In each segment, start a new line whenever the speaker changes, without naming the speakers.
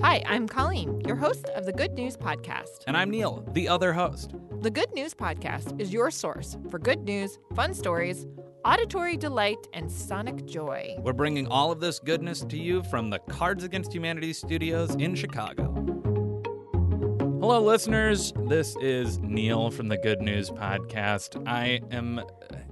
Hi, I'm Colleen, your host of the Good News Podcast.
And I'm Neil, the other host.
The Good News Podcast is your source for good news, fun stories, auditory delight, and sonic joy.
We're bringing all of this goodness to you from the Cards Against Humanity studios in Chicago. Hello, listeners. This is Neil from the Good News Podcast. I am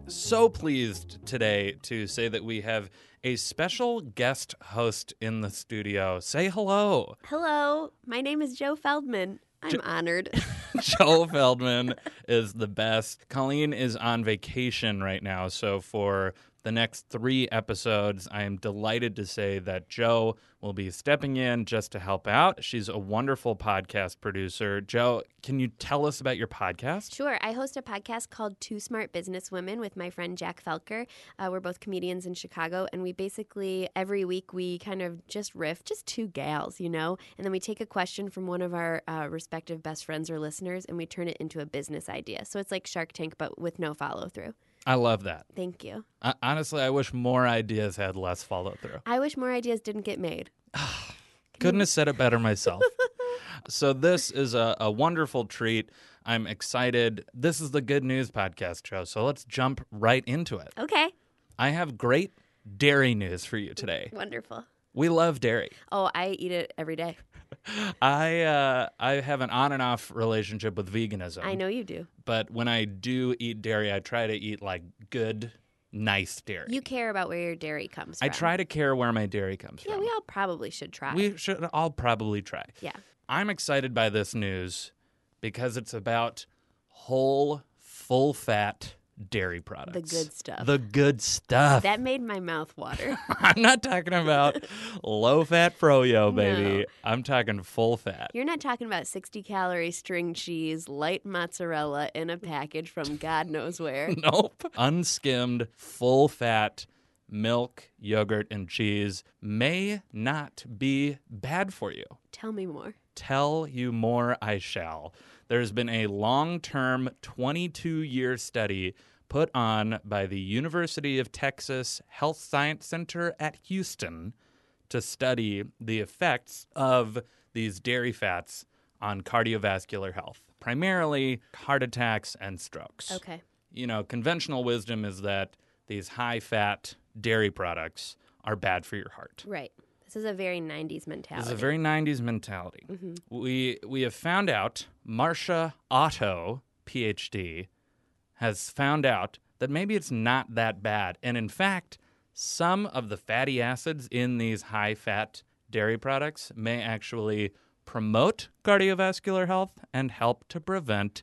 so pleased today to say that we have a special guest host in the studio. Say hello.
Hello, my name is Joe Feldman. I'm honored.
Joe Feldman is the best. Colleen is on vacation right now. So, for the next three episodes, I am delighted to say that Joe will be stepping in just to help out. She's a wonderful podcast producer. Joe, can you tell us about your podcast?
sure, I host a podcast called Two Smart Businesswomen with my friend Jack Felker. Uh, we're both comedians in Chicago, and we basically every week we kind of just riff, just two gals, you know, and then we take a question from one of our uh, respective best friends or listeners, and we turn it into a business idea. So it's like Shark Tank, but with no follow through.
I love that.
Thank you.
I- honestly, I wish more ideas had less follow through.
I wish more ideas didn't get made.
Couldn't have said it better myself. so this is a, a wonderful treat. I'm excited. This is the Good News Podcast show. So let's jump right into it.
Okay,
I have great dairy news for you today.
wonderful.
We love dairy.
Oh, I eat it every day.
I uh, I have an on and off relationship with veganism.
I know you do.
But when I do eat dairy, I try to eat like good, nice dairy.
You care about where your dairy comes from.
I try to care where my dairy comes
Yeah,
from.
we all probably should try.
We should all probably try.
Yeah.
I'm excited by this news because it's about whole, full fat dairy products.
good stuff.
The good stuff.
That made my mouth water.
I'm not talking about low fat froyo, baby.
No.
I'm talking full fat.
You're not talking about 60 calorie string cheese, light mozzarella in a package from God knows where.
Nope. Unskimmed, full fat milk, yogurt, and cheese may not be bad for you.
Tell me more.
Tell you more, I shall. There's been a long term 22 year study put on by the University of Texas Health Science Center at Houston to study the effects of these dairy fats on cardiovascular health, primarily heart attacks and strokes
Okay.
you know, conventional wisdom is that these high fat dairy products are bad for your heart.
Right. This is a very 90s
This
mentality.
is a Mm-hmm. very 90s mentality. We we have found out Marcia Otto, PhD, has found out that maybe it's not that bad. And in fact, some of the fatty acids in these high fat dairy products may actually promote cardiovascular health and help to prevent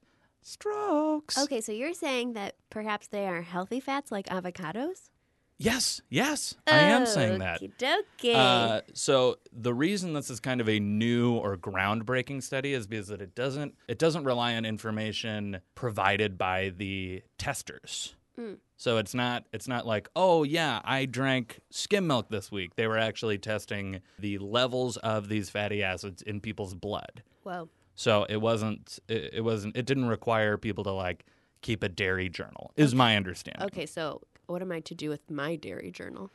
strokes.
okay, so you're saying that perhaps they are healthy fats like avocados?
Yes, yes, I am saying that.
Okey-dokey.
Uh, so the reason this is kind of a new or groundbreaking study is because that it doesn't it doesn't rely on information provided by the testers.
Mm.
So it's not it's not like oh yeah I drank skim milk this week. They were actually testing the levels of these fatty acids in people's blood.
Whoa.
So it wasn't it, it wasn't it didn't require people to like keep a dairy journal is my understanding.
Okay, so what am I to do with my dairy journal?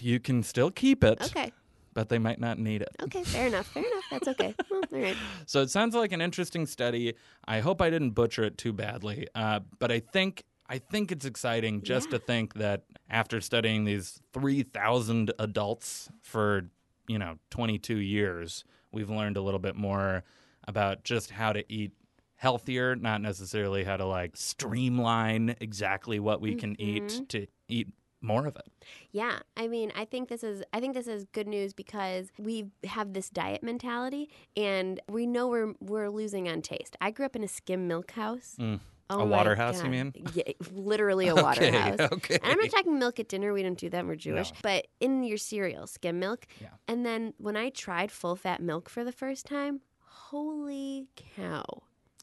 You can still keep it.
Okay.
But they might not need it.
Okay, fair enough. Fair enough. That's okay. Well, all right.
So it sounds like an interesting study. I hope I didn't butcher it too badly, uh, but I think I think it's exciting just to think that after studying these three thousand adults for you know twenty two years, we've learned a little bit more about just how to eat healthier, not necessarily how to like streamline exactly what we can
Mm-hmm.
eat to eat more of it.
Yeah, I mean, I think this is I think this is good news because we have this diet mentality, and we know we're we're losing on taste. I grew up in a skim milk house. Oh
Mm. A
my
water house, you
God.
mean?
Yeah, literally a water
Okay,
house.
okay.
And I'm not talking milk at dinner. We don't do that. We're Jewish.
No.
But in your cereal, skim milk.
Yeah.
And then when I tried full fat milk for the first time, holy cow!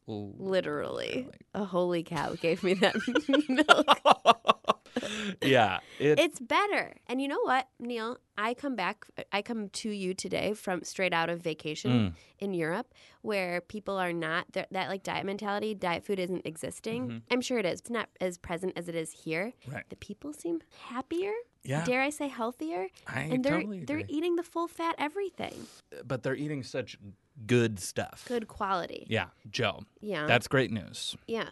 Literally, a holy cow gave me that milk.
yeah, it,
It's better. And you know what, Neil? I come back I come to you today from straight out of
Mm.
vacation in Europe where people are not that that like diet mentality, diet food isn't
Mm-hmm.
existing. I'm sure it is. It's not as present as it is here.
Right.
The people seem happier.
Yeah,
dare I say, healthier.
I
and they're
totally
they're
agree.
eating the full fat everything.
e but they're eating such good Uh-huh. stuff.
Good quality.
Yeah, Joe,
Yeah.
that's great news.
yeah.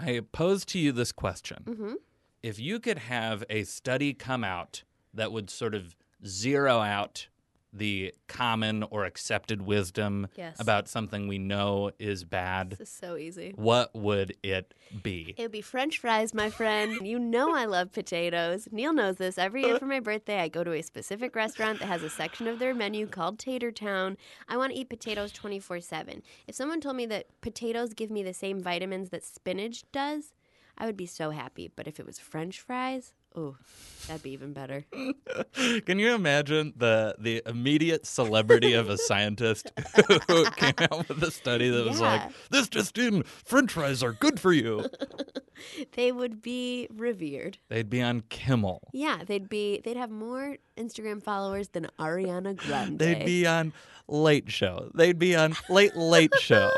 I pose to you this question.
Mm-hmm.
if you could have a study come out that would sort of zero out the common or accepted wisdom
Yes.
about something we know is bad,
This is so easy.
what would it be?
It would be French fries, my friend. You know I love potatoes. Neil knows this. Every year for my birthday, I go to a specific restaurant that has a section of their menu called Tater Town. I want to eat potatoes 24 7. If someone told me that potatoes give me the same vitamins that spinach does, I would be so happy. But if it was French fries, ooh, that'd be even better.
Can you imagine the the immediate celebrity of a scientist who came out with a study that was like,
Yeah.
"This just in, French fries are good for you."
They would be revered.
They'd be on Kimmel.
Yeah, they'd be. They'd have more Instagram followers than Ariana Grande.
They'd be on Late Show. They'd be on Late Late Show.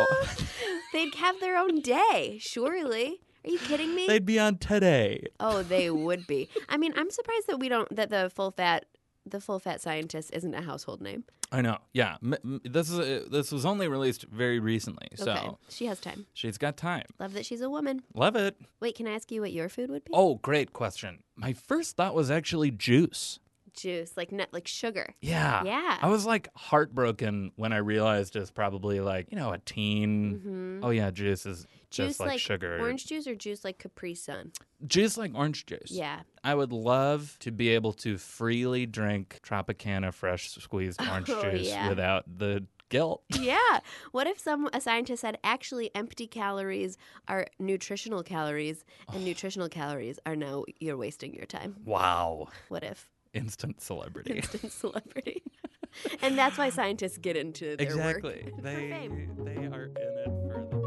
They'd have their own day, surely. Are you kidding me?
They'd be on Today.
Oh, they would be. I mean, I'm surprised that we don't that the full fat the full fat scientist isn't a household name.
I know. Yeah, M- m- this is uh, this was only released very recently, so
Okay. She has time.
she's got time.
Love that she's a woman.
Love it.
Wait, can I ask you what your food would be?
Oh, great question. My first thought was actually juice.
Juice, like nut, like sugar.
Yeah.
Yeah.
I was like heartbroken when I realized it's probably like you know a teen.
Mhm.
Oh yeah, juice is
Juice
just like, sugar.
Orange juice or juice like Capri Sun.
Juice like orange juice.
Yeah.
I would love to be able to freely drink Tropicana fresh squeezed orange
Oh,
juice
yeah.
without the guilt.
Yeah. What if some a scientist said actually empty calories are nutritional calories and nutritional calories are now you're wasting your time.
Wow.
What if?
Instant celebrity.
Instant celebrity. and that's why scientists get into their work.
exactly. They they are in it for the fame.